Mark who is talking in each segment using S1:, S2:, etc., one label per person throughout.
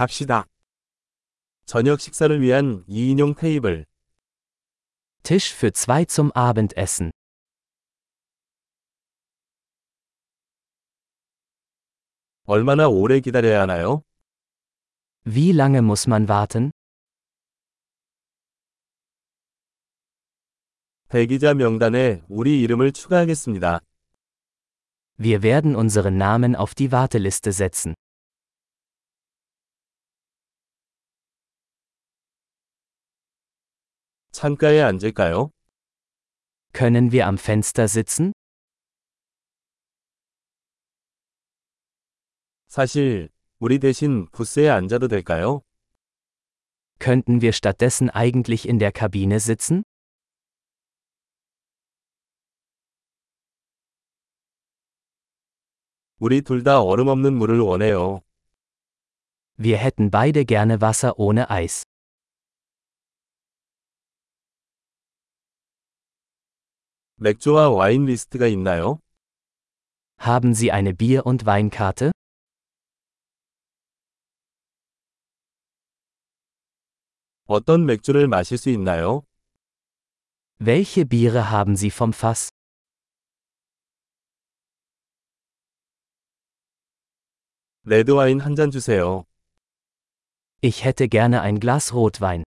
S1: 갑시다. 저녁 식사를 위한 2인용 테이블.
S2: Tisch für zwei zum Abendessen.
S1: 얼마나 오래 기다려야 하나요?
S2: Wie lange muss man warten?
S1: 대기자 명단에 우리 이름을 추가하겠습니다.
S2: Wir werden unseren Namen auf die Warteliste setzen.
S1: 창가에 앉을까요?
S2: Können wir am Fenster sitzen?
S1: 사실, 우리 대신 부스에 앉아도 될까요?
S2: Könnten wir stattdessen eigentlich in der Kabine sitzen?
S1: 우리 둘 다 얼음 없는 물을 원해요.
S2: Wir hätten beide gerne Wasser ohne Eis.
S1: 맥주와 와인 리스트가 있나요?
S2: Haben Sie eine Bier- und Weinkarte?
S1: 어떤 맥주를 마실 수 있나요?
S2: Welche Biere haben Sie vom Fass?
S1: 레드와인 한 잔 주세요.
S2: Ich hätte gerne ein Glas Rotwein.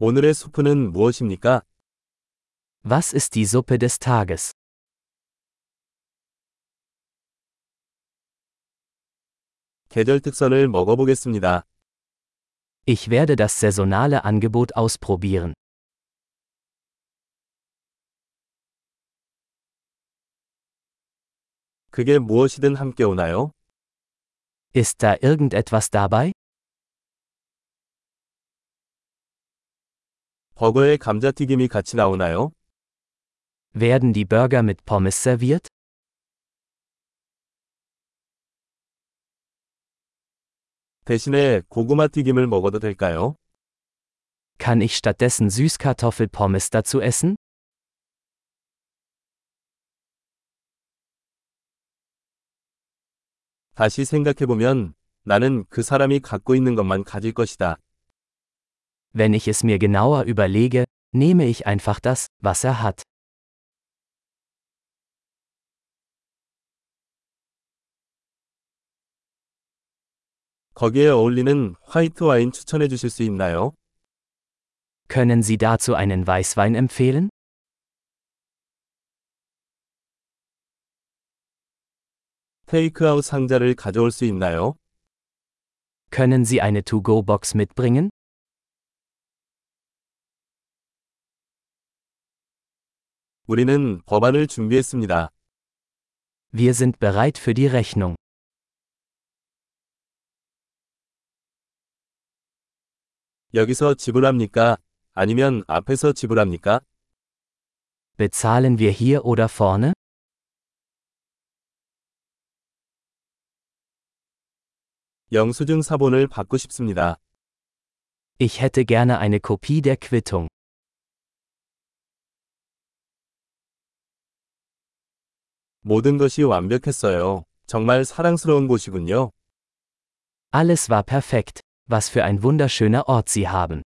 S1: 오늘의 수프는 무엇입니까?
S2: Was ist die Suppe des Tages?
S1: 계절 특선을 먹어보겠습니다.
S2: Ich werde das saisonale Angebot ausprobieren.
S1: 그게 무엇이든 함께 오나요?
S2: Ist da irgendetwas dabei?
S1: 버거에 감자튀김이 같이 나오나요?
S2: Werden die Burger mit Pommes serviert?
S1: 대신에 고구마 튀김을 먹어도 될까요?
S2: Kann ich stattdessen Süßkartoffelpommes dazu essen?
S1: 다시 생각해보면 나는 그 사람이 갖고 있는 것만 가질 것이다.
S2: Wenn ich es mir genauer überlege, nehme ich einfach das, was er hat.
S1: 거기에 어울리는 화이트 와인 추천해 주실 수 있나요?
S2: Können Sie dazu einen Weißwein empfehlen?
S1: 테이크아웃 상자를 가져올 수 있나요?
S2: Können Sie eine To-Go-Box mitbringen?
S1: 우리는 법안을 준비했습니다.
S2: Wir sind bereit für die Rechnung.
S1: 여기서 지불합니까? 아니면 앞에서 지불합니까?
S2: Bezahlen wir hier oder vorne?
S1: 영수증 사본을 받고 싶습니다.
S2: Ich hätte gerne eine Kopie der Quittung.
S1: 모든 것이 완벽했어요. 정말 사랑스러운 곳이군요.
S2: Alles war perfekt. Was für ein wunderschöner Ort Sie haben.